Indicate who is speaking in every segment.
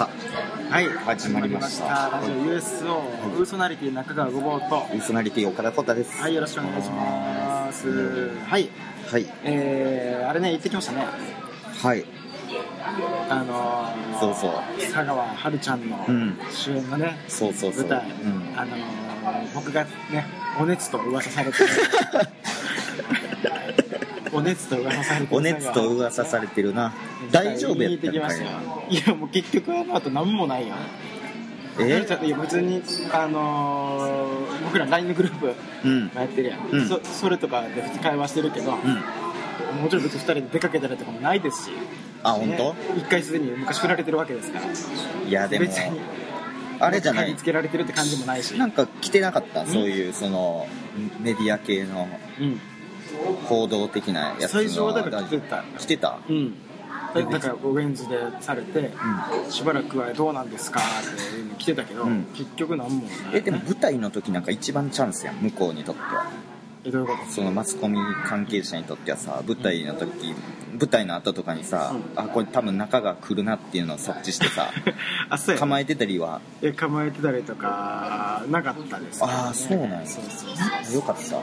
Speaker 1: はい始まりました
Speaker 2: ラジオ USO ウーソナリティ中川ごぼうと
Speaker 1: ウィソナリティ岡田浩太です
Speaker 2: はいよろしくお願いしますはい
Speaker 1: はい
Speaker 2: えー、あれね行ってきましたね
Speaker 1: はい
Speaker 2: あのー、
Speaker 1: そうそう
Speaker 2: 佐川春ちゃんの
Speaker 1: うん
Speaker 2: 主演のね、
Speaker 1: そうそうそう
Speaker 2: 舞台、
Speaker 1: うん
Speaker 2: あのー、僕がねお熱と噂され てお熱と噂されて
Speaker 1: お熱と噂されてるな大丈夫やったん
Speaker 2: 聞いてきま
Speaker 1: か
Speaker 2: した
Speaker 1: い
Speaker 2: よ
Speaker 1: ない
Speaker 2: やもう結局あの後何もないよ
Speaker 1: え
Speaker 2: いや別にあのー、僕ら LINE のグループ
Speaker 1: うん
Speaker 2: やってるやん、
Speaker 1: うん
Speaker 2: そそれとかで普通会話してるけど、
Speaker 1: うん
Speaker 2: もちろん別に2人で出かけたりとかもないですし
Speaker 1: あ本
Speaker 2: ね一回すでに昔振られてるわけですから
Speaker 1: 当いやでも
Speaker 2: 別に
Speaker 1: あれじゃない
Speaker 2: 嗅ぎつけられてるって感じもないし
Speaker 1: なんか来てなかった
Speaker 2: ん
Speaker 1: そういうそのメディア系の
Speaker 2: うん
Speaker 1: 報道的なやつの
Speaker 2: 最初はだから来てた
Speaker 1: 来てた
Speaker 2: うんだだからオレンジでされて、しばらくはどうなんですかっていうの来てたけど、
Speaker 1: うん
Speaker 2: 結局なんもない
Speaker 1: えでも舞台の時なんか一番チャンスやん向こうにとっては
Speaker 2: えどういうこと
Speaker 1: そのマスコミ関係者にとってはさ舞台の時、舞台の後とかにさ、
Speaker 2: う
Speaker 1: あこれ多分中が来るなっていうのを察知してさ
Speaker 2: あそうや
Speaker 1: 構えてたりは
Speaker 2: え構えてたりとかなかったですね
Speaker 1: あーそうなんや
Speaker 2: そうそうそう
Speaker 1: よかった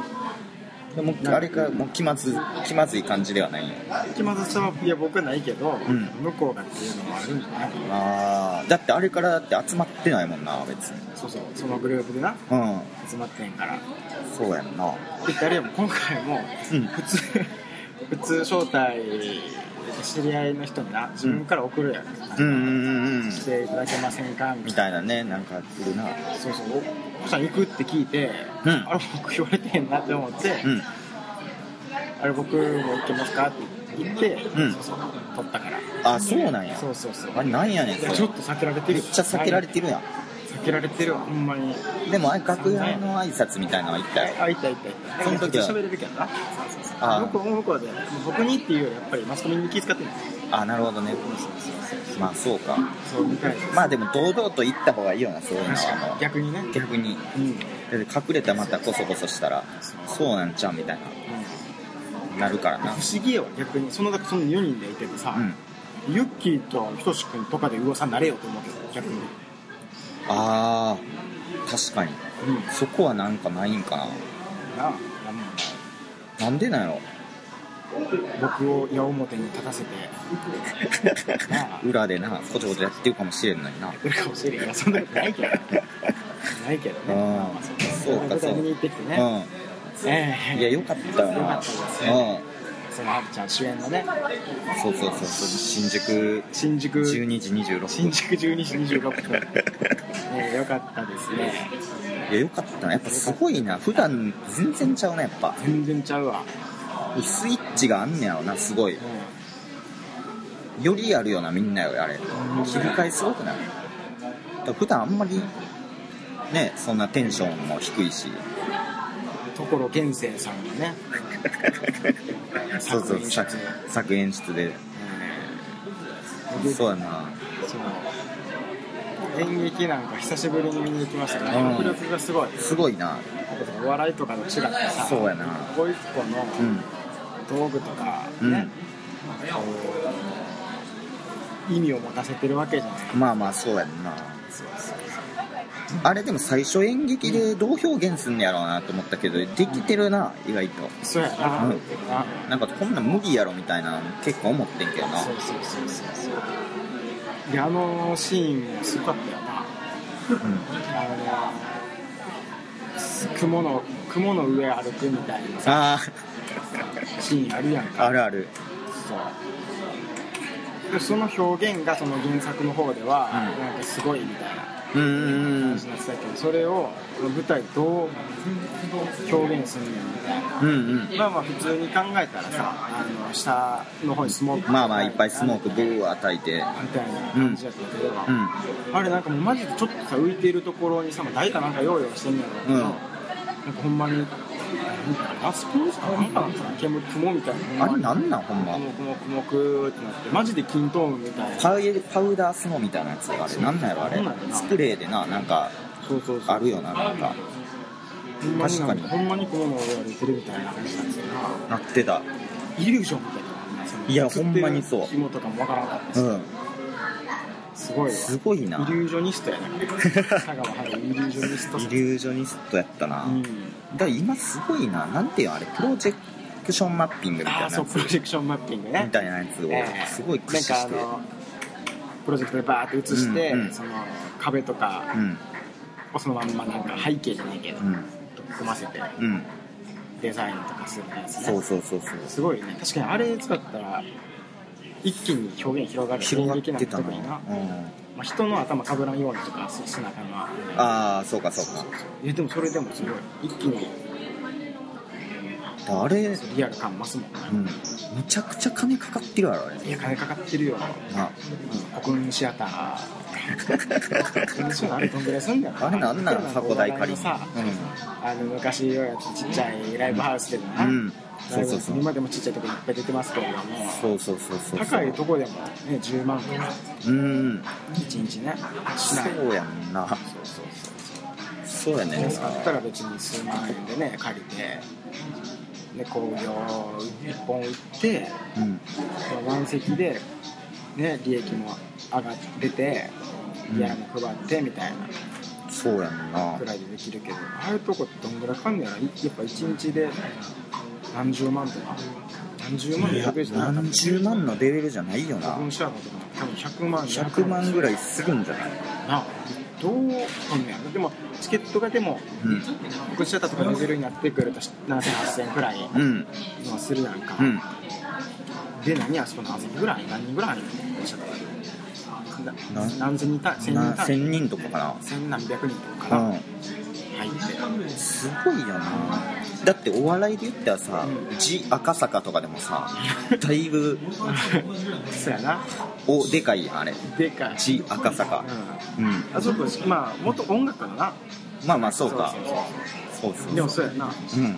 Speaker 1: でも
Speaker 2: なんか
Speaker 1: あれかもう気まず気まずい感じではないんや
Speaker 2: 気まずさはいや僕はないけど、
Speaker 1: ん
Speaker 2: 向こうがっていうのもあるんじゃない
Speaker 1: あーだってあれからだって集まってないもんな別に
Speaker 2: そうそうそのグループでな
Speaker 1: うん
Speaker 2: 集まってんから
Speaker 1: そうやんな
Speaker 2: で誰よも今回も
Speaker 1: うん
Speaker 2: 普通 普通招待知り合いの人にな自分から送るやん、
Speaker 1: うんうんうんうん
Speaker 2: 来ていただけませんかみ
Speaker 1: み
Speaker 2: たい
Speaker 1: たいなねなんか来るな
Speaker 2: なそうそうおさん行くって聞いて、
Speaker 1: うん
Speaker 2: あれ僕言われてへんなって思って、
Speaker 1: うん
Speaker 2: あれ僕も行けますかって言って、
Speaker 1: うん
Speaker 2: そうそう取ったから
Speaker 1: あそうなんや
Speaker 2: そうそうそう
Speaker 1: あれなんやねん
Speaker 2: い
Speaker 1: そ
Speaker 2: や
Speaker 1: れ
Speaker 2: ちょっと避けられてる
Speaker 1: めっちゃ避けられてるやん
Speaker 2: 避けられてるわほんまに
Speaker 1: でもあれ楽屋の挨拶みたいなのは行ったよ
Speaker 2: あいたいたいた
Speaker 1: その時は
Speaker 2: 喋れるけどな
Speaker 1: あ
Speaker 2: 向こう向こうで僕にっていうよりやっぱりマスコミに気遣ってる
Speaker 1: あなるほどね
Speaker 2: そうそうそう
Speaker 1: まあそうか
Speaker 2: そうみたいです
Speaker 1: まあでも堂々と行った方がいいよなそういうの
Speaker 2: 確か
Speaker 1: は
Speaker 2: に逆にね
Speaker 1: 逆に
Speaker 2: うん、うん、
Speaker 1: だって隠れたまたコソコソしたらそうなんちゃうみたいななるから
Speaker 2: 不
Speaker 1: な
Speaker 2: 思議やわ逆にそのその4人でいててさ、
Speaker 1: うん
Speaker 2: ユッキーとひとし君とかで噂になれよと思うけど逆に
Speaker 1: あー確かに
Speaker 2: うんな
Speaker 1: そこはなんかないんかな
Speaker 2: あなんもない
Speaker 1: なんでなんや ろ
Speaker 2: 僕を矢面に立たせてなあ
Speaker 1: 裏でなこちょこちょやってるかもしれんのにな
Speaker 2: るかもしれんがそんなことないけどないけどね
Speaker 1: うん
Speaker 2: まあまあそう
Speaker 1: そうかそう
Speaker 2: 見に行ってきてね、
Speaker 1: う
Speaker 2: ええ
Speaker 1: んいやよかったよ
Speaker 2: よか
Speaker 1: な
Speaker 2: ったです
Speaker 1: うん
Speaker 2: ねそのハルちゃん主演のね
Speaker 1: そうそうそうそう新宿
Speaker 2: 新宿
Speaker 1: 12時26
Speaker 2: 新
Speaker 1: 分
Speaker 2: 宿12時26分、ね、よかったですね
Speaker 1: いやよかったなやっぱすごいな普段全然ちゃうなやっぱ
Speaker 2: 全然ちゃうわ、
Speaker 1: スイッチがあんねやろなすごい
Speaker 2: うん
Speaker 1: よりやるよなみんなよりあれ切り替えすごくないだから普段あんまりねそんなテンションも低いし
Speaker 2: 所源生さんのね
Speaker 1: そうそう作作演出で
Speaker 2: うん
Speaker 1: そうやな
Speaker 2: そう演劇なんか久しぶりに見に行きましたね
Speaker 1: うん
Speaker 2: 迫力がすごい
Speaker 1: すごいな
Speaker 2: お笑いとかと違ってさ
Speaker 1: そうやな
Speaker 2: 一個一個の
Speaker 1: うん
Speaker 2: 道具とか
Speaker 1: うん
Speaker 2: ね、こう意味を持たせてるわけじゃない
Speaker 1: まあまあそうやんなあれでも最初演劇でどう表現すんのやろうなと思ったけどできてるな意外と
Speaker 2: そうやな、
Speaker 1: うん
Speaker 2: あ
Speaker 1: なんかこんなん無理やろみたいなの結構思ってんけどな
Speaker 2: そうそうそうそうそういやあのシーンもすごかったよなあのね雲の雲の上歩くみたいなさ
Speaker 1: あ
Speaker 2: シーンあるやん
Speaker 1: あ
Speaker 2: か
Speaker 1: あるある
Speaker 2: そうでその表現がその原作の方では、
Speaker 1: うん
Speaker 2: なんかすごいみたいな
Speaker 1: うんうん
Speaker 2: 話になってたけどそれを舞台どう表現するんやみたいな
Speaker 1: うんうんうん
Speaker 2: まあまあ普通に考えたらさあの下の方にスモーク
Speaker 1: まあまあいっぱいスモークブー与えて
Speaker 2: みたいな感じやったけど、
Speaker 1: うん
Speaker 2: あれなんかもうマジでちょっとさ浮いているところにさもう誰かなんか用意してんねやろうけど、
Speaker 1: うん
Speaker 2: なんかほんまにラスポンスかなんかなんかな煙雲みたいな
Speaker 1: あれなんなんほんま
Speaker 2: 雲雲雲雲ってなってマジで均等みたいな
Speaker 1: パウパウダースノーみたいなやつあれなんなんやろあれ
Speaker 2: なんなんやろな
Speaker 1: スプレーでななんか
Speaker 2: そうそうそう
Speaker 1: あるよななんか
Speaker 2: ほんまになん
Speaker 1: 確かに
Speaker 2: ほんまに雲の上を歩いてるみたいな話なんですけど
Speaker 1: なってた
Speaker 2: イリュージョンみたいなその
Speaker 1: いやほんまにそう
Speaker 2: 吊ってる紐とかもわからなかったし
Speaker 1: うん
Speaker 2: すごいわ
Speaker 1: すごいな
Speaker 2: イリュージョニストやな香川春イリュージョニスト
Speaker 1: イリュージョニストやったな、
Speaker 2: うん
Speaker 1: だから今すごいななんていうのあれプロジェクションマッピングみたい
Speaker 2: あ
Speaker 1: な
Speaker 2: あ
Speaker 1: や
Speaker 2: そう
Speaker 1: つ
Speaker 2: プロジェクションマッピングね
Speaker 1: みたいなやつ
Speaker 2: ええ
Speaker 1: をすごい駆使して、
Speaker 2: なんかあのプロジェクトでバーって映して、
Speaker 1: うんうん
Speaker 2: その壁とか
Speaker 1: うん
Speaker 2: をそのまんまなんか背景じゃないけど、
Speaker 1: うん
Speaker 2: 組ませて
Speaker 1: うん
Speaker 2: デザインとかするやつね
Speaker 1: そうそうそうそう
Speaker 2: すごいね確かにあれ使ったら一気に表現広がる
Speaker 1: 広が
Speaker 2: 演
Speaker 1: っ
Speaker 2: 劇
Speaker 1: て
Speaker 2: な
Speaker 1: た
Speaker 2: ん
Speaker 1: の
Speaker 2: 特
Speaker 1: よ
Speaker 2: にな、
Speaker 1: うん、
Speaker 2: まあ、人の頭かぶらんようにとかそうしなあかんな
Speaker 1: ああそうかそうか
Speaker 2: えでもそれでもすごい一気に
Speaker 1: だからあれ、うん、
Speaker 2: リアル感増すもんね、
Speaker 1: むちゃくちゃ金かかってるやろあれ
Speaker 2: いや金かかってるよ、
Speaker 1: な
Speaker 2: うん、国民シアター国民シアターあれどんぐらいすんだよ
Speaker 1: あれなんなの箱代借り
Speaker 2: さあの昔よりちっちゃいライブハウスでも
Speaker 1: う
Speaker 2: な、
Speaker 1: ん、うん、
Speaker 2: ラ
Speaker 1: そ
Speaker 2: イ
Speaker 1: う
Speaker 2: ブ
Speaker 1: そ
Speaker 2: ハウ
Speaker 1: う
Speaker 2: ス
Speaker 1: そう
Speaker 2: 今でもちっちゃいとこいっぱい出てますけれども
Speaker 1: そうそうそうそう
Speaker 2: 高いとこでもね10万とか
Speaker 1: うん
Speaker 2: 1日ねしない
Speaker 1: そうやんな
Speaker 2: そうそ
Speaker 1: そ
Speaker 2: うそう
Speaker 1: うやねん
Speaker 2: 使ったら別に数万円でね借りてで興行1本売って
Speaker 1: うん
Speaker 2: まあ満席で、ね、利益も上がってて
Speaker 1: うん
Speaker 2: ギャラも配ってみたいな
Speaker 1: そうやんな
Speaker 2: くらいでできるけど、ああいうとこってどんぐらいかんねやろやっぱ1日で何十万とか何十万
Speaker 1: い
Speaker 2: で
Speaker 1: や
Speaker 2: やべえじゃない
Speaker 1: 何十万のレベルじゃないよな
Speaker 2: 分シャーとか多分100万
Speaker 1: 100万ぐ
Speaker 2: らい
Speaker 1: らいするんじゃない
Speaker 2: などうかんねやろでもチケットがでも
Speaker 1: うん
Speaker 2: 分シャーとかのレベルになってくると70008000くらい
Speaker 1: うん
Speaker 2: のはするやんか、
Speaker 1: うん
Speaker 2: で何あそこ何千ぐらい何人ぐらい入るの電車とかな
Speaker 1: な
Speaker 2: 何千人単千人
Speaker 1: な
Speaker 2: 単
Speaker 1: 1000人とかか
Speaker 2: 千何百人とか
Speaker 1: な
Speaker 2: な
Speaker 1: う
Speaker 2: 入
Speaker 1: ん
Speaker 2: って
Speaker 1: すごいよなだってお笑いで言ったらさ「ジ・赤坂」とかでも さだいぶ
Speaker 2: そうやな
Speaker 1: おでかいやんあれ
Speaker 2: でかい
Speaker 1: 「ジ・赤坂」うん
Speaker 2: うんあそこまあ元音楽だな
Speaker 1: まあまあそうか
Speaker 2: そうそ
Speaker 1: そうそう
Speaker 2: うそうでもそうやな
Speaker 1: うんうん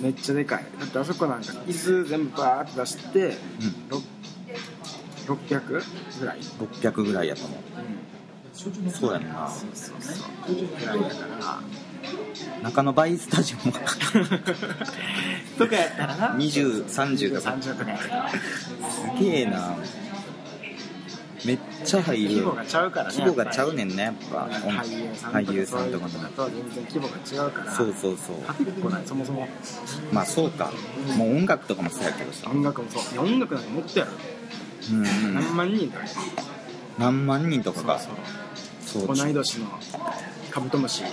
Speaker 2: めっちゃでかいだってあそこなんか椅子全部バーって出してろ600ぐらい、
Speaker 1: 600ぐらいやと思
Speaker 2: う、
Speaker 1: うそうやんなん
Speaker 2: そうそうそうぐらいだから
Speaker 1: 中野バイスタジオも
Speaker 2: とかやったらな
Speaker 1: 2030とか
Speaker 2: 30とかやったら
Speaker 1: すげえなめっちゃ入
Speaker 2: 規
Speaker 1: る
Speaker 2: 模がちゃうからね
Speaker 1: 規模がちゃうね
Speaker 2: ん
Speaker 1: んねやっぱ
Speaker 2: 俳優さんとか
Speaker 1: 俳優さんとか
Speaker 2: そう
Speaker 1: も
Speaker 2: いう人とは全然規模が違うから
Speaker 1: そうそうそう
Speaker 2: 勝てっこないそもそも
Speaker 1: まあそうかもう音楽とかもそうやけどさ
Speaker 2: 音楽もそういや音楽なんか持ってやろ、
Speaker 1: うんうん
Speaker 2: 何万人だよ
Speaker 1: 何万人とかが
Speaker 2: そう
Speaker 1: そう
Speaker 2: 同い年のカブトムシ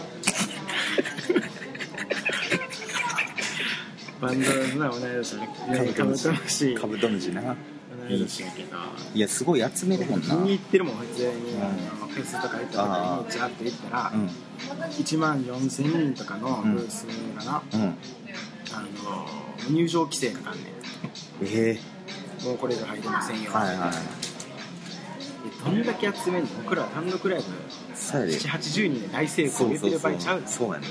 Speaker 2: バンドのな同い年のねカ
Speaker 1: カブ
Speaker 2: ブト
Speaker 1: ト
Speaker 2: ム
Speaker 1: ム
Speaker 2: シ
Speaker 1: カ
Speaker 2: 同
Speaker 1: ブトムシない
Speaker 2: 年やけど
Speaker 1: いやすごい集めるもん
Speaker 2: 気
Speaker 1: なう
Speaker 2: に入
Speaker 1: ん
Speaker 2: ってるもん普通に、
Speaker 1: うん
Speaker 2: あのフェスとか行った時にちらっと行ったら、
Speaker 1: う
Speaker 2: 1万4000人とかのブースがな、
Speaker 1: ん
Speaker 2: あの入場規制があんね
Speaker 1: え
Speaker 2: んもうこれ以上入れません
Speaker 1: え
Speaker 2: よ、
Speaker 1: はいはい
Speaker 2: どんだけ集めんの僕らは単独ライブ
Speaker 1: そうやで
Speaker 2: 780人で大成
Speaker 1: そう
Speaker 2: 功言っ
Speaker 1: そ
Speaker 2: て
Speaker 1: う
Speaker 2: る
Speaker 1: そ
Speaker 2: 場合
Speaker 1: う
Speaker 2: ちゃう
Speaker 1: そうやんな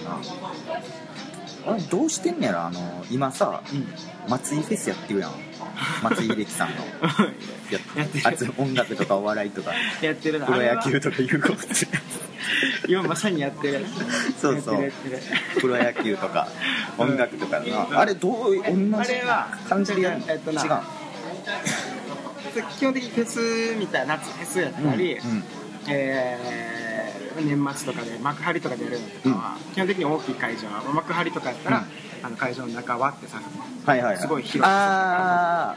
Speaker 1: あれどうしてんねやろあの今さ
Speaker 2: うん
Speaker 1: 松井フェスやってるやん松井秀喜さんのや
Speaker 2: やってる
Speaker 1: あつ音楽とかお笑いとか
Speaker 2: やってるな
Speaker 1: プロ野
Speaker 2: あれは
Speaker 1: 球とかいうこと
Speaker 2: 今まさにやってる
Speaker 1: そうそう
Speaker 2: やってるやってる
Speaker 1: プロ野球とか
Speaker 2: うん
Speaker 1: 音楽とかなあれどう同じ
Speaker 2: あれは
Speaker 1: 感じでやるの
Speaker 2: えっとな
Speaker 1: 違
Speaker 2: 基本的にフェスみたいな夏フェスやったり、
Speaker 1: ううん
Speaker 2: えー年末とかで幕張とかでやるのとかは、基本的に大きい会場幕張とかやったら、あの会場の中割ってさ
Speaker 1: はいはいは
Speaker 2: すごい広い
Speaker 1: あ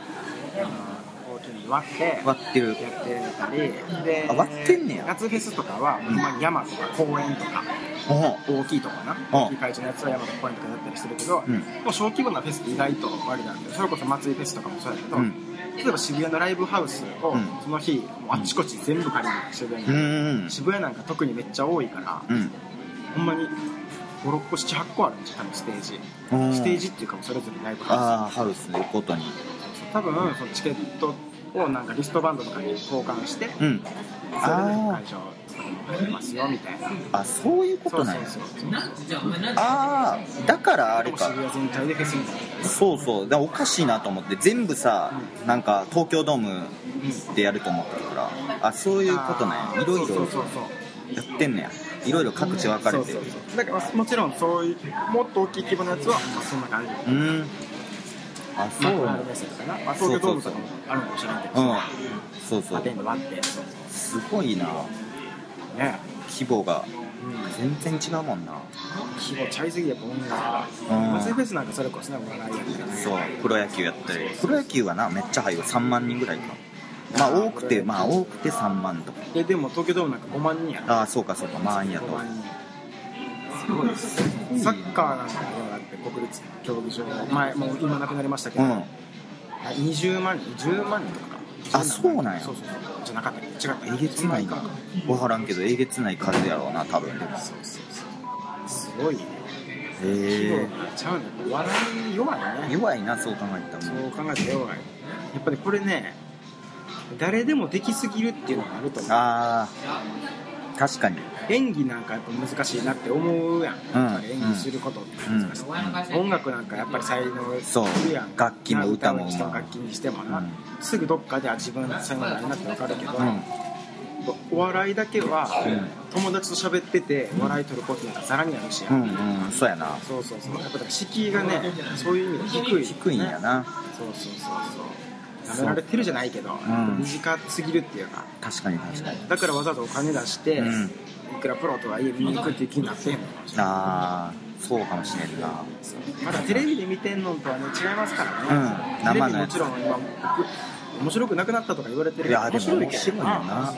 Speaker 2: 大きに割っ
Speaker 1: あ
Speaker 2: て
Speaker 1: 割ってる
Speaker 2: やってたりで
Speaker 1: あ割ってんねや
Speaker 2: 夏フェスとかはほんまに山とか公園とか
Speaker 1: おう
Speaker 2: 大きいとかな
Speaker 1: うん
Speaker 2: 大きい会場のやつは山とか公園とかやったりするけど、
Speaker 1: うん
Speaker 2: もう小規模なフェスって意外と割なんでそれこそ祭りフェスとかもそうやけど、
Speaker 1: うん
Speaker 2: 例えば渋谷のライブハウスを
Speaker 1: うん
Speaker 2: その日もうあっちこっち全部借りに行く渋谷
Speaker 1: う
Speaker 2: に、
Speaker 1: ん
Speaker 2: 渋谷なんか特にめっちゃ多いから、
Speaker 1: うん
Speaker 2: ほんまに56個78個あるんですよ多分ステージ、
Speaker 1: うん
Speaker 2: ステージっていうかもうそれぞれライブハウス
Speaker 1: ああハウスのことに
Speaker 2: 多分そのチケットをなんかリストバンドとかに交換して、
Speaker 1: うん
Speaker 2: それで会場入りますよみたいな
Speaker 1: あそういうことなんや
Speaker 2: そうそうそう
Speaker 1: ああだからあ
Speaker 2: あ
Speaker 1: れ
Speaker 2: れ
Speaker 1: か
Speaker 2: 渋谷全体でフェスみたいな
Speaker 1: そうそうだからおかしいなと思って全部さなんか東京ドームでやると思ったからあそういうことなんやいろい
Speaker 2: そ
Speaker 1: ろ
Speaker 2: うそうそう
Speaker 1: やってんねやいろいろ各地分かれて
Speaker 2: そ
Speaker 1: る
Speaker 2: うそうそうだからもちろんそういうもっと大きい規模のやつは、まあ、そんな感じ
Speaker 1: うんあそ
Speaker 2: マ
Speaker 1: う
Speaker 2: クドナルドですとかな、まあ、東京ドームとかもあるのかもしれないけ
Speaker 1: う
Speaker 2: ど
Speaker 1: んそうそ
Speaker 2: ア
Speaker 1: う
Speaker 2: テンドがあってそう
Speaker 1: すごいな
Speaker 2: そうね
Speaker 1: 規模が
Speaker 2: うん
Speaker 1: 全然違うもんな
Speaker 2: 規模ちゃいすぎやと思うんだけど
Speaker 1: うん
Speaker 2: マスフェスなんかそれこそねお笑いやったり
Speaker 1: そうプロ野球やったりプロ野球はなめっちゃ早いよ3万人ぐらいかまあ多くてまあ多くて3万とか
Speaker 2: ででも東京ドームなんか5万人やろ
Speaker 1: ああそうかそうか万やと
Speaker 2: 5万人すごいですサッカーなんかでもだって国立競技場前もう今なくなりましたけ
Speaker 1: う
Speaker 2: ど、
Speaker 1: ん
Speaker 2: あ20万人10万人とか
Speaker 1: あそうなんや
Speaker 2: そうそうそうじゃなかったっけ違った
Speaker 1: えげつないか分からんけどえげつない数やろうな多分へ
Speaker 2: そうそうそうすごいね規
Speaker 1: え
Speaker 2: 模がちゃうんだけど笑い弱いね
Speaker 1: 弱いなそう考えたら
Speaker 2: そ
Speaker 1: もう
Speaker 2: う考えたら弱いやっぱりこれね誰でもできすぎるっていうのがあると思う
Speaker 1: ああ確かに
Speaker 2: 演技なんかやっぱ難しいなって思うやん、やっぱり演技することって難しい、音楽なんかやっぱり才能
Speaker 1: そう
Speaker 2: いるやん
Speaker 1: 楽器も歌も
Speaker 2: にしても楽器にしてもな、
Speaker 1: うん
Speaker 2: すぐどっかであ自分才能ないなって分かるけど、
Speaker 1: うん
Speaker 2: お笑いだけは、
Speaker 1: ん
Speaker 2: 友達と喋ってて笑い取ることなんかざらにあるしや、
Speaker 1: うんんうんそうやな
Speaker 2: そうそうそうやっぱだから敷居がねそういう意味で低い、ね、
Speaker 1: 低いんやな
Speaker 2: そうそうそうそう舐められてるじゃないけど、
Speaker 1: ん
Speaker 2: 短すぎるっていうか
Speaker 1: 確かに確かに
Speaker 2: だからわざわざお金出して、
Speaker 1: うん
Speaker 2: いくらプロとはいえ見に行くっていう気になってへんのかもしれない
Speaker 1: ああそうかもしれんな
Speaker 2: まだテレビで見てんのとはね違いますからね、
Speaker 1: うん生のや
Speaker 2: も
Speaker 1: つ
Speaker 2: ちろん今面白くなくなったとか言われてる
Speaker 1: い
Speaker 2: けど
Speaker 1: やでも面白いんやな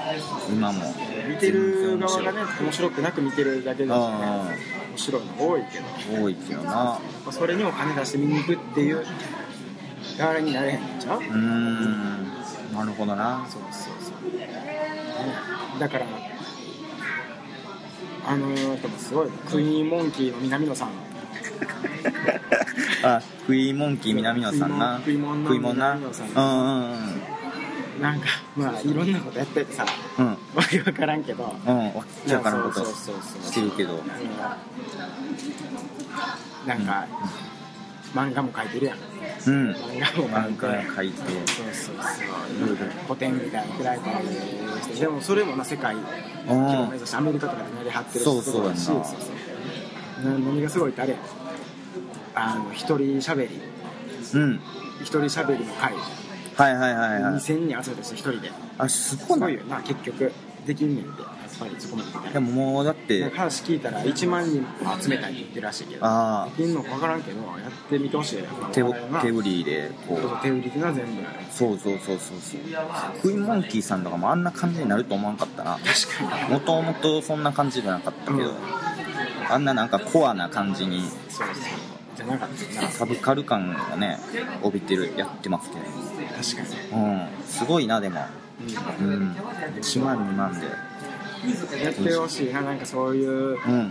Speaker 1: 今も
Speaker 2: 見てる側がね面白くなく見てるだけですね
Speaker 1: あ
Speaker 2: 面白いの多いけど、ま
Speaker 1: 多いけどな
Speaker 2: あ、それにお金出して見に行くっていうあれになれへんのちゃう、
Speaker 1: うーんなるほどな
Speaker 2: そうそうそう、ねだからあの人もすごいクイーンモンキーの南野さん
Speaker 1: あクイーンモンキー南野さんな
Speaker 2: クイモン
Speaker 1: クイモンなう
Speaker 2: 南
Speaker 1: ん
Speaker 2: 野さん
Speaker 1: うんうん
Speaker 2: なんかまあいろんなことやっててさ
Speaker 1: うん
Speaker 2: わけわからんけど
Speaker 1: うんわっちゃからんこと
Speaker 2: そうそうそう
Speaker 1: してるけど
Speaker 2: なんか、漫画も描いてるやん
Speaker 1: うん
Speaker 2: 漫画も
Speaker 1: 漫
Speaker 2: 描い
Speaker 1: 画
Speaker 2: て
Speaker 1: 書いて
Speaker 2: そうそうそう古典みたいな開いたりしてでもそれもな世界規
Speaker 1: うん
Speaker 2: 模目指してアメリカとかでメリ張ってるし
Speaker 1: そうそうやな
Speaker 2: しそうそうな何がすごいってあれやんあの一人喋り
Speaker 1: うん
Speaker 2: 一人喋りの会
Speaker 1: はいはいはいはい
Speaker 2: 2000人集めた人一人です
Speaker 1: あすご
Speaker 2: ご
Speaker 1: いない
Speaker 2: よな結局できんねんってやっぱりそこまでできない
Speaker 1: でももうだって
Speaker 2: 話聞いたら1万人集めたいって言ってるらしいけど
Speaker 1: あ
Speaker 2: できんのか分からんけどやってみてほしいよやっぱ
Speaker 1: あ手を手
Speaker 2: 売り
Speaker 1: 売りでこう
Speaker 2: 手売りってな全部
Speaker 1: そうそうそうそうそうクイーンモンキーさんとかもあんな感じになると思わんかったな
Speaker 2: 確か
Speaker 1: もともとそんな感じじゃなかったけど、
Speaker 2: うん
Speaker 1: あんななんかコアな感じに
Speaker 2: そうそうじゃなかったな
Speaker 1: サブカル感がね帯びてるやってますけど、
Speaker 2: 確か
Speaker 1: うんすごいなでも
Speaker 2: に、
Speaker 1: うん1万2万で
Speaker 2: うん、やってほしいななんかそういう
Speaker 1: うん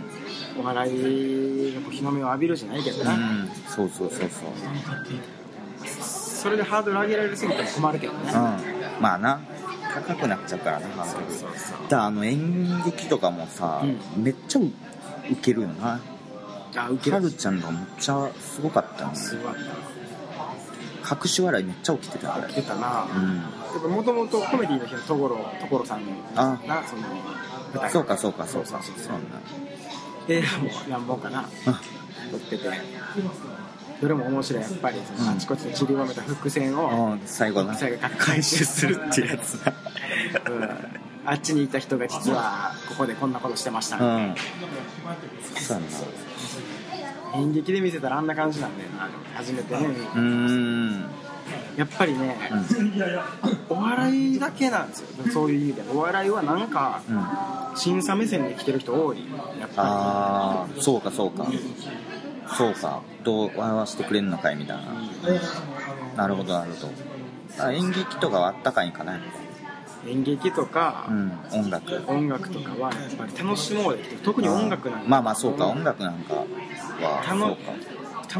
Speaker 1: う
Speaker 2: お笑いの日の目を浴びるじゃないけどな、
Speaker 1: んそうそうそうそう
Speaker 2: それでハードル上げられすぎても困るけどね、
Speaker 1: うんまあな高くなっちゃうからなハードル
Speaker 2: そうそう
Speaker 1: だからあの演劇とかもさ、めっちゃウケるよな
Speaker 2: あ受け
Speaker 1: ハ
Speaker 2: る
Speaker 1: ルちゃんがめっちゃすごかったの
Speaker 2: すごかったな
Speaker 1: 隠し笑いめっちゃ起きてたあれ
Speaker 2: 来てたな、
Speaker 1: うん
Speaker 2: やっぱもともとコメディの日の所所さん
Speaker 1: あ
Speaker 2: がその舞台
Speaker 1: そうかそうかそうか
Speaker 2: そう
Speaker 1: そ
Speaker 2: そうう
Speaker 1: なんだ
Speaker 2: 映画も何本かな
Speaker 1: あ
Speaker 2: 撮っててどれも面白いやっぱりそのあちこちで散りばめた伏線を
Speaker 1: うん最後な
Speaker 2: 最後に
Speaker 1: 回収するってやつだ
Speaker 2: うんあっちにいた人が実はここでこんなことしてました
Speaker 1: う
Speaker 2: ね、
Speaker 1: んそうやな
Speaker 2: 演劇で見せたらあんな感じなんだよな初めてね、
Speaker 1: うーん
Speaker 2: やっぱりね、お笑いだけなんですよそういう意味でお笑いはなんか
Speaker 1: うん
Speaker 2: 審査目線で来てる人多いやっぱ
Speaker 1: ああそうかそうかそうかどう笑わしてくれんのかいみたいななるほどなるほどあ演劇とかはあったかいんかなやっ
Speaker 2: り演劇とか、
Speaker 1: ぱうん音楽
Speaker 2: 音楽とかはやっぱり楽しもうできてる特に音楽なんか
Speaker 1: まあまあそうか音楽なんかは
Speaker 2: た
Speaker 1: そう
Speaker 2: の
Speaker 1: か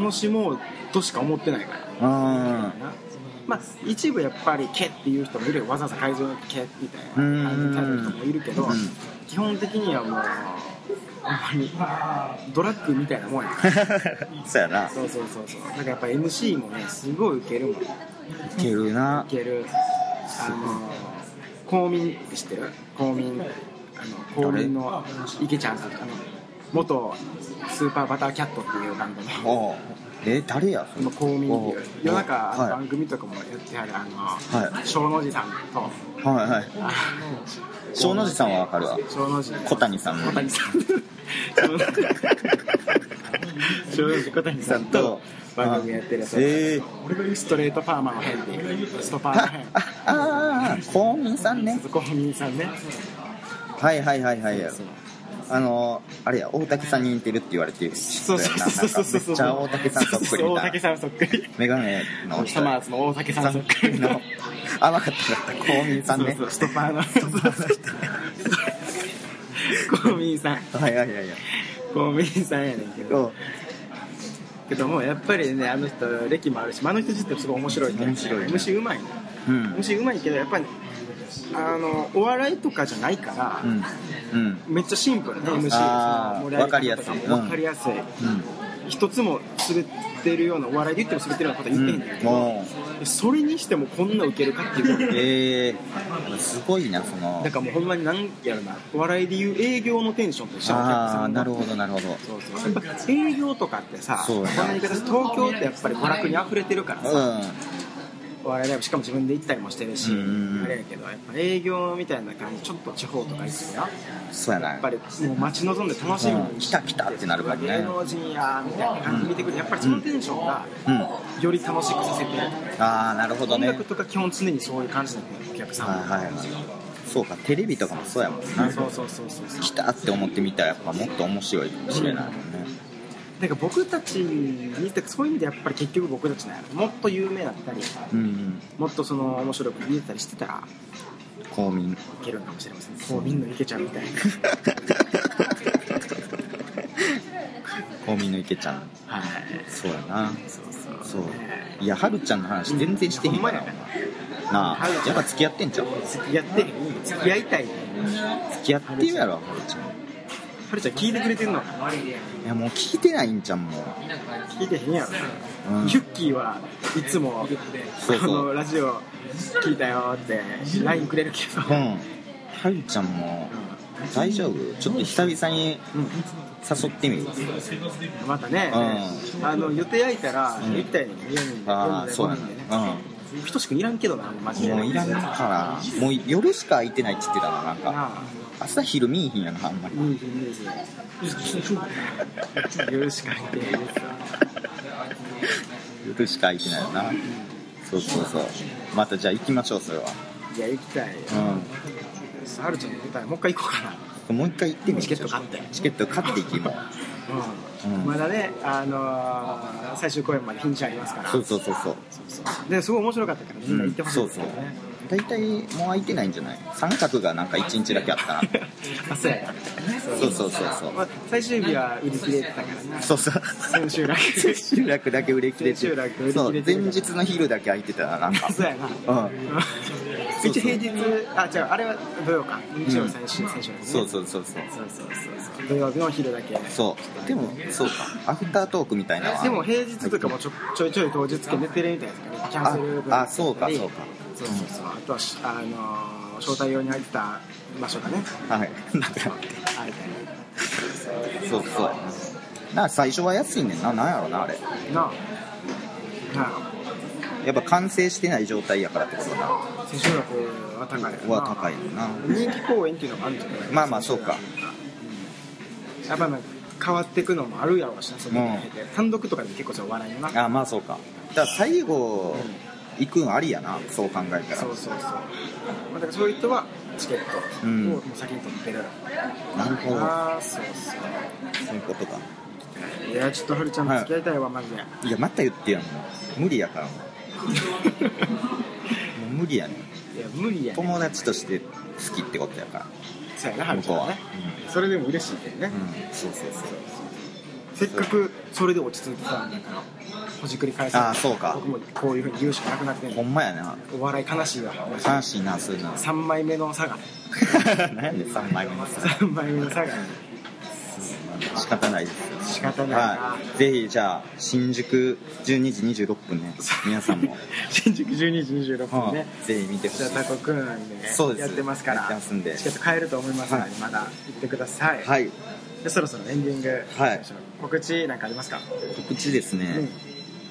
Speaker 2: 楽しもうとしか思ってないから
Speaker 1: うーん
Speaker 2: なまあ一部やっぱり「け」っていう人もいるよわざわざ会場に「け」みたいな感じでる人もいるけど
Speaker 1: うん
Speaker 2: 基本的にはもうあんまりドラッグみたいなもんや
Speaker 1: そうやな
Speaker 2: そうそうそうそうだからやっぱ MC もねすごいウケるもんウ
Speaker 1: いけるな
Speaker 2: ケるあの公民って知ってる公民あの公民の池ちゃんさんあの元スーパーバターキャットっていうバンドの
Speaker 1: おうえー誰やそれ
Speaker 2: 今公民っていう夜中
Speaker 1: は
Speaker 2: 番組とかもやってあるあの
Speaker 1: い、はい
Speaker 2: 小の字さんと
Speaker 1: はいはい小の字さんはわかるわ
Speaker 2: 小の字
Speaker 1: 小谷さん
Speaker 2: 小谷さん小の字小谷さんと番組やってるやつ
Speaker 1: えー
Speaker 2: ストレートパーマの変っていうストパーの
Speaker 1: あ
Speaker 2: 変
Speaker 1: あああ公民さんね
Speaker 2: 公民さんね
Speaker 1: はいはいはいはい
Speaker 2: そう
Speaker 1: あのあれや大竹さんに似てるって言われてる
Speaker 2: そうそうそうそうそうそう
Speaker 1: 人やななんかめっちゃ大竹さんそっくり
Speaker 2: そうそう
Speaker 1: みたいなメ
Speaker 2: 大竹さんそっくり
Speaker 1: ガネの
Speaker 2: サ
Speaker 1: 人
Speaker 2: マーズの大竹さんそっくり
Speaker 1: のあ分かった分かった公民さんね
Speaker 2: そうそうストパーの公民さん
Speaker 1: はいはいはいはい
Speaker 2: 公民さんやねんけど
Speaker 1: そ
Speaker 2: けどもやっぱりねあの人歴もあるしまああの人自体すごい面白いね
Speaker 1: 面白いね
Speaker 2: 虫うまいね
Speaker 1: ううん
Speaker 2: 虫うまいけどやっぱりあのお笑いとかじゃないから、
Speaker 1: うんうん
Speaker 2: めっちゃシンプルね MC
Speaker 1: あー
Speaker 2: その盛り上げ方
Speaker 1: わかりやすいうん
Speaker 2: わかりやすい、一つも滑ってるようなお笑いで言っても滑ってるようなことは言ってへんねんけど、
Speaker 1: も
Speaker 2: それにしてもこんなウケるかっていう
Speaker 1: う
Speaker 2: か
Speaker 1: ええー、すごいなその
Speaker 2: だからもうほんまになんやろなお笑いでいう営業のテンションと一緒のお客
Speaker 1: あ
Speaker 2: さ
Speaker 1: あ
Speaker 2: ん
Speaker 1: な
Speaker 2: の
Speaker 1: るほどなるほど
Speaker 2: そうそうやっぱ営業とかってさ
Speaker 1: そう
Speaker 2: こ
Speaker 1: や
Speaker 2: んな
Speaker 1: な
Speaker 2: 言い方すると東京ってやっぱり娯楽に溢れてるからさ、
Speaker 1: う
Speaker 2: お笑いライブしかも自分で行ったりもしてるし、
Speaker 1: うん
Speaker 2: あれやけどやっぱ営業みたいな感じちょっと地方とか行くとなや
Speaker 1: んそうやな
Speaker 2: っぱりもう待ち望んで楽しみ
Speaker 1: うん
Speaker 2: に
Speaker 1: 来
Speaker 2: して
Speaker 1: た来たってなるからね
Speaker 2: 芸能人やみたいな感じで見てくるやっぱりそのテンションが
Speaker 1: うん
Speaker 2: より楽しくさせてる、
Speaker 1: ああなるほど
Speaker 2: 音
Speaker 1: ねはい
Speaker 2: 楽とか基本常にそういう感じなんだよお客さんも、
Speaker 1: はいはいそうかテレビとかもそうやもんな
Speaker 2: そうそうそうそうそう
Speaker 1: 来たって思ってみたらやっぱもっと面白いかもしれないもんね
Speaker 2: なんか僕たちにてかそういう意味でやっぱり結局僕たちなんやろもっと有名だったり
Speaker 1: うんうん
Speaker 2: もっとその面白く見えたりしてたら
Speaker 1: 公 民
Speaker 2: いけるんかもしれませんこうみんないけちゃうみたいな
Speaker 1: 公民の池ちゃん
Speaker 2: はい
Speaker 1: そうやな
Speaker 2: そうそ
Speaker 1: そ
Speaker 2: う
Speaker 1: ういやはるちゃんの話全然してへんから
Speaker 2: ほんま
Speaker 1: なあ
Speaker 2: はるちゃ
Speaker 1: や
Speaker 2: ん
Speaker 1: っぱ付き合ってんじゃん
Speaker 2: 付き合って付き合いたい
Speaker 1: 付き合ってるやろはるちゃん
Speaker 2: はるちゃん聞いてくれてんの
Speaker 1: いやもう聞いてないんじゃんもう
Speaker 2: 聞いてへんやろ、
Speaker 1: うん
Speaker 2: ユッキーはいつも
Speaker 1: そうそう
Speaker 2: このラジオ聞いたよって LINE くれるけど、
Speaker 1: うんはるちゃんも大丈夫ちょっと久々に誘ってみる
Speaker 2: またね、あの予定空いたら
Speaker 1: ん
Speaker 2: 行きたいね4人で
Speaker 1: ああそうや
Speaker 2: 4人でね
Speaker 1: な
Speaker 2: ひとしくんいらんけどなマ
Speaker 1: う
Speaker 2: ジ
Speaker 1: ん
Speaker 2: で
Speaker 1: もういらんからもう夜しか空いてないって言ってたななんか
Speaker 2: なあ
Speaker 1: 朝昼見えひんやなあんまり
Speaker 2: い いですね夜しかいないですわ
Speaker 1: 夜しか空いてないよなそうそうそうまたじゃあ行きましょうそれはい
Speaker 2: や行きたいあるちゃんの舞台もう一回行こうかな
Speaker 1: うんもう一回行ってみる
Speaker 2: チケット買って
Speaker 1: チケット買っていきもう
Speaker 2: うん
Speaker 1: うん
Speaker 2: まだね、あのー最終公演まで日にちありますから
Speaker 1: そうそうそうそう
Speaker 2: そうそうですごい面白かったからみんな行ってほしいですよね、
Speaker 1: 大体もう空いてないんじゃない三角がなんか一日だけあったな
Speaker 2: あそうや
Speaker 1: そうそうそうそう
Speaker 2: まあ、最終日は売り切れてたからな
Speaker 1: そうそう
Speaker 2: 千秋楽
Speaker 1: 千秋楽だけ売り切れて
Speaker 2: 千秋楽売り
Speaker 1: そ
Speaker 2: 切
Speaker 1: う
Speaker 2: れ
Speaker 1: 前
Speaker 2: てる
Speaker 1: 日の昼だけ空いてたななんか
Speaker 2: そうやな
Speaker 1: うんそう
Speaker 2: 一応平日あ違うあれは土曜か日曜最終、最終ですね
Speaker 1: そうそうそうそう
Speaker 2: そうそうそうそう土曜日の昼だけ
Speaker 1: そうでもそうかアフタートークみたいなのは
Speaker 2: でも平日とかもちょちょいちょい当日券出てるみたいですからねキャンセル分
Speaker 1: ああそうかそうか
Speaker 2: そうそうそうあとはしあのー招待用に空いてた場所がね
Speaker 1: はいなんか
Speaker 2: あるか
Speaker 1: そうそうな最初は安いねんななんやろなあれ
Speaker 2: らなあな
Speaker 1: やっぱ完成してない状態やからってことだな
Speaker 2: あ千秋楽は高いよな
Speaker 1: は高いねんな
Speaker 2: 人気公演っていうのもあるんじゃない
Speaker 1: まあまあそうか
Speaker 2: やっぱなんか変わっていくのもあるやろうしなその辺で単独とかで結構そう笑いのな
Speaker 1: あまあそうかだから最後行くんありやなそう考えたら
Speaker 2: そうそうそう、まあ、だからそういう人はチケットを
Speaker 1: うん
Speaker 2: もう先に取ってる、
Speaker 1: なるほど
Speaker 2: ああそうそ
Speaker 1: そういうことか
Speaker 2: ういやちょっとはるちゃんと付き合いたいわ、マジ で
Speaker 1: いやまた言ってやんもう無理やからもうもう無理やねん
Speaker 2: いや無理やね
Speaker 1: 友達として好きってことやか
Speaker 2: そうやな
Speaker 1: ら向
Speaker 2: はるち
Speaker 1: こう
Speaker 2: ゃん
Speaker 1: は、
Speaker 2: はねそれでも嬉しいけどね
Speaker 1: うん、うん、そうそうそう
Speaker 2: せっかくそれで落ち着いてたんだからほじくり返す
Speaker 1: ああそうか
Speaker 2: 僕もこういうふうに言うしかなくなってん
Speaker 1: ほ
Speaker 2: の
Speaker 1: んまやな
Speaker 2: お笑い悲しいわ
Speaker 1: 悲しいなそう いうの
Speaker 2: 3枚目の差が
Speaker 1: 何やねん3枚目のさ
Speaker 2: 3枚目の差が
Speaker 1: 仕方ないですよ
Speaker 2: 仕方ないな、
Speaker 1: はいぜひじゃあ新宿12時26分ね皆さん も、
Speaker 2: 新宿12時26
Speaker 1: は
Speaker 2: 分ね、
Speaker 1: いぜひ見てほし
Speaker 2: じゃ
Speaker 1: い
Speaker 2: あタコくんで
Speaker 1: そうです
Speaker 2: やってますから
Speaker 1: やってますんで
Speaker 2: チケット買えると思いますの
Speaker 1: は
Speaker 2: で、
Speaker 1: い
Speaker 2: まだ行ってください、
Speaker 1: はい
Speaker 2: でそろそろエンディング、
Speaker 1: はい
Speaker 2: 告知なんかありますか、
Speaker 1: 告知ですね、
Speaker 2: うん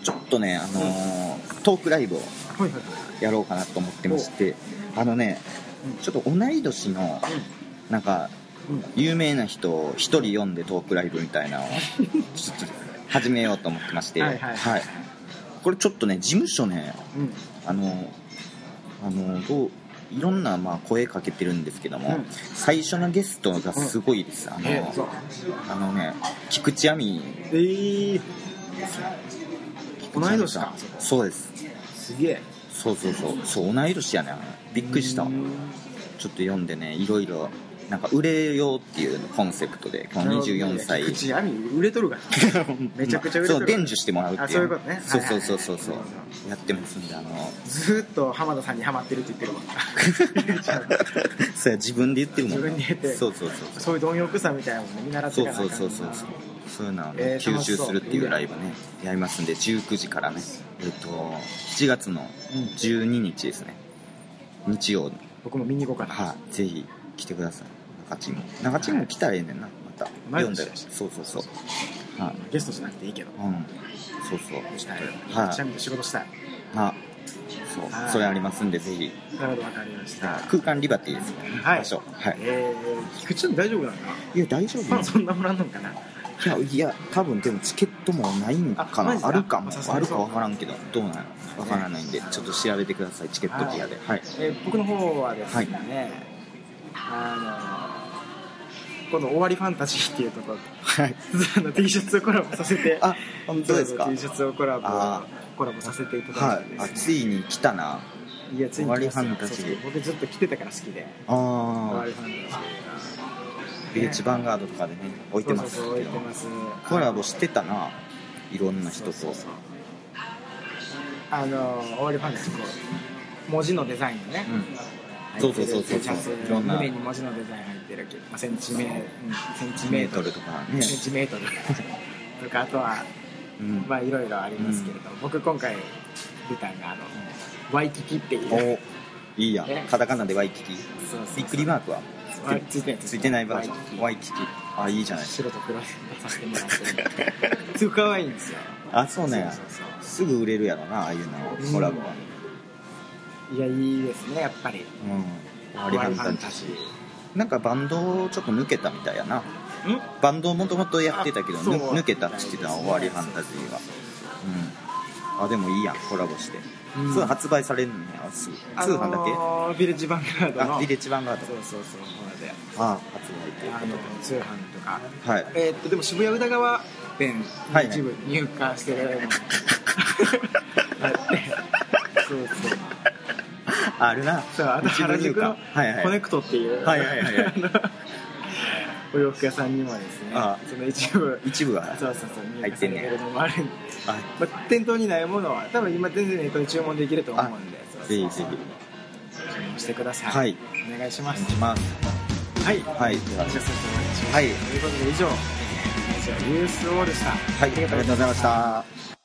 Speaker 1: ちょっとね、あのートークライブを
Speaker 2: はいはいはい
Speaker 1: やろうかなと思ってましてあのねちょっと同い年のなんか
Speaker 2: うんうん
Speaker 1: 有名な人を一人読んでトークライブみたいな のをちょっと始めようと思ってまして、
Speaker 2: はいはい
Speaker 1: これちょっとね事務所ね
Speaker 2: うん
Speaker 1: あのあのどういろんなまあ声かけてるんですけども、
Speaker 2: うん
Speaker 1: 最初のゲストがすごいです、あの
Speaker 2: えーそう
Speaker 1: あのね菊池亜美
Speaker 2: えー同い年か
Speaker 1: そうです
Speaker 2: すげえ
Speaker 1: そうそうそうそう同い年やねびっくりした
Speaker 2: うん
Speaker 1: ちょっと読んでねいろいろなんか売れようっていうコンセプトでこの24歳
Speaker 2: 菊池亜美売れとるが めちゃくちゃ売れてる
Speaker 1: そう伝授してもらうっていう
Speaker 2: あそういうことね
Speaker 1: そう
Speaker 2: はいはい
Speaker 1: そうそうそう
Speaker 2: なるほ
Speaker 1: やってますんであ の
Speaker 2: ずーっと浜田さんにハマってるって言ってるわ
Speaker 1: それは自分で言ってるもん
Speaker 2: 自分で言ってる
Speaker 1: そうそうそう
Speaker 2: そういう貪欲さみたいなもんね見習って
Speaker 1: そ
Speaker 2: いうかな
Speaker 1: そ
Speaker 2: あ
Speaker 1: う
Speaker 2: かん
Speaker 1: そう
Speaker 2: な
Speaker 1: そうそうそういうのをね、
Speaker 2: えー
Speaker 1: 吸
Speaker 2: 楽し
Speaker 1: 収
Speaker 2: そう
Speaker 1: するっていうライブねやりますんで19時からねえっ、と7月の
Speaker 2: うん
Speaker 1: 12日ですね日曜に
Speaker 2: 僕も見に行こうかな
Speaker 1: はい、ぜひ来てください中チーム中チーム来たらええねんなまた
Speaker 2: 前
Speaker 1: 読ん
Speaker 2: の試
Speaker 1: だ
Speaker 2: 合
Speaker 1: らそうそうそうはい、
Speaker 2: ゲストじゃなくていいけど
Speaker 1: うんそうそう
Speaker 2: したい
Speaker 1: はい
Speaker 2: ちなみに仕事したい
Speaker 1: あそう、
Speaker 2: はい
Speaker 1: それありますんでぜひ
Speaker 2: なるほど分かりました
Speaker 1: 空間リバティですね、
Speaker 2: はい
Speaker 1: 場所はい
Speaker 2: えー菊池の大丈夫なのかない
Speaker 1: や大丈夫
Speaker 2: ま あそんなもらんのかない
Speaker 1: やいや多分でもチケットもないんか
Speaker 2: あ
Speaker 1: な
Speaker 2: マ
Speaker 1: あ
Speaker 2: ジか
Speaker 1: るかも
Speaker 2: まあさす
Speaker 1: あ
Speaker 2: が
Speaker 1: る
Speaker 2: に
Speaker 1: か
Speaker 2: そう
Speaker 1: わからんけどどうなんわからないんでちょっと調べてくださいチケットピアではい
Speaker 2: えー僕の方はですね、
Speaker 1: は
Speaker 2: あのこの「終わりファンタジー」っていうところ
Speaker 1: はい
Speaker 2: あの T シャツをコラボさせて
Speaker 1: あ本当ですか
Speaker 2: T シャツをコラボ
Speaker 1: あ
Speaker 2: コラボさせていただ
Speaker 1: はい
Speaker 2: て
Speaker 1: い
Speaker 2: で
Speaker 1: あ
Speaker 2: す
Speaker 1: ついに来たな
Speaker 2: ねいやつ
Speaker 1: 終
Speaker 2: いに
Speaker 1: わりファンタジー
Speaker 2: そうそう僕ずっと着てたから好きで「終わ
Speaker 1: あ
Speaker 2: りファンタジーが」
Speaker 1: ービーチヴァンガードとかでね置いてます
Speaker 2: そうそうそう
Speaker 1: け
Speaker 2: 置い
Speaker 1: ど
Speaker 2: てます
Speaker 1: コラボしてたないろんな人
Speaker 2: そう
Speaker 1: と
Speaker 2: そうそうあの終わりファンタジーこう文字のデザインのね、
Speaker 1: うんそうそうそうそう
Speaker 2: T シャツ
Speaker 1: いろんな
Speaker 2: 胸に文字のデザイン入ってるけど、まあ、センチメうんセンチ
Speaker 1: メ
Speaker 2: メ
Speaker 1: ー
Speaker 2: ー
Speaker 1: ト
Speaker 2: ト
Speaker 1: ル
Speaker 2: ル
Speaker 1: とかね
Speaker 2: センチメートル とかあとは
Speaker 1: うん
Speaker 2: まあいろいろありますけれど、僕今回出たのがあのワイキキっていう
Speaker 1: おいいや
Speaker 2: え
Speaker 1: カタカナでワイキキ
Speaker 2: そうそうそう
Speaker 1: びっくりマークは
Speaker 2: ワイついてない
Speaker 1: ついてないバージョンワ
Speaker 2: ワイ
Speaker 1: イキキあいいじゃないですか
Speaker 2: 白と黒で出させてもら ってすごい可愛いんですよ
Speaker 1: あそうね
Speaker 2: そうそうそ
Speaker 1: す
Speaker 2: う
Speaker 1: ぐ売れるやろなああいうのコラボは
Speaker 2: うんいやいいですねやっぱり
Speaker 1: うん割り判断
Speaker 2: ジ
Speaker 1: なんかバンドをちょっと抜けたみたいやな
Speaker 2: ーん
Speaker 1: バンドもともとやってたけど
Speaker 2: あそう
Speaker 1: ぬ抜けたっつってた
Speaker 2: そう
Speaker 1: 終わりファンタジーはうんあでもいいやんコラボして
Speaker 2: うん
Speaker 1: そう発売されるんやすぐ通
Speaker 2: あのー
Speaker 1: 販だけ
Speaker 2: ビレッジヴァンガードの
Speaker 1: あビレッジヴァンガー
Speaker 2: そ
Speaker 1: ド
Speaker 2: うそうそうほらで
Speaker 1: あ発売という
Speaker 2: あ
Speaker 1: こと
Speaker 2: の
Speaker 1: で
Speaker 2: 通販とか
Speaker 1: はい
Speaker 2: えーっとでも渋谷宇田川店に
Speaker 1: はい
Speaker 2: 一部入荷してるの もあってそうそう
Speaker 1: あるな
Speaker 2: そう あと
Speaker 1: 一部
Speaker 2: 原
Speaker 1: 入
Speaker 2: 宿
Speaker 1: 荷
Speaker 2: の
Speaker 1: はいはい
Speaker 2: コネクトっていう
Speaker 1: はいはいはいはい
Speaker 2: あのお洋服屋さんにもですね
Speaker 1: あ
Speaker 2: その一部
Speaker 1: 一部は
Speaker 2: そうそうそう入
Speaker 1: 入
Speaker 2: 荷
Speaker 1: っ
Speaker 2: さ
Speaker 1: て
Speaker 2: れ
Speaker 1: んね
Speaker 2: てるのもあるんで
Speaker 1: あ
Speaker 2: まあ、店頭にないものは多分今全然ネットで注文できると思うんでそ
Speaker 1: ぜ
Speaker 2: うそ
Speaker 1: ひ
Speaker 2: う
Speaker 1: ぜ
Speaker 2: そう
Speaker 1: ひ
Speaker 2: 注文してください、
Speaker 1: はい
Speaker 2: お願いしま
Speaker 1: お
Speaker 2: す
Speaker 1: 願いします
Speaker 2: はいじゃ
Speaker 1: はいでは
Speaker 2: あそうそうお願いします
Speaker 1: はい
Speaker 2: ということで以上以上ユースオールでした
Speaker 1: はいありがとうございました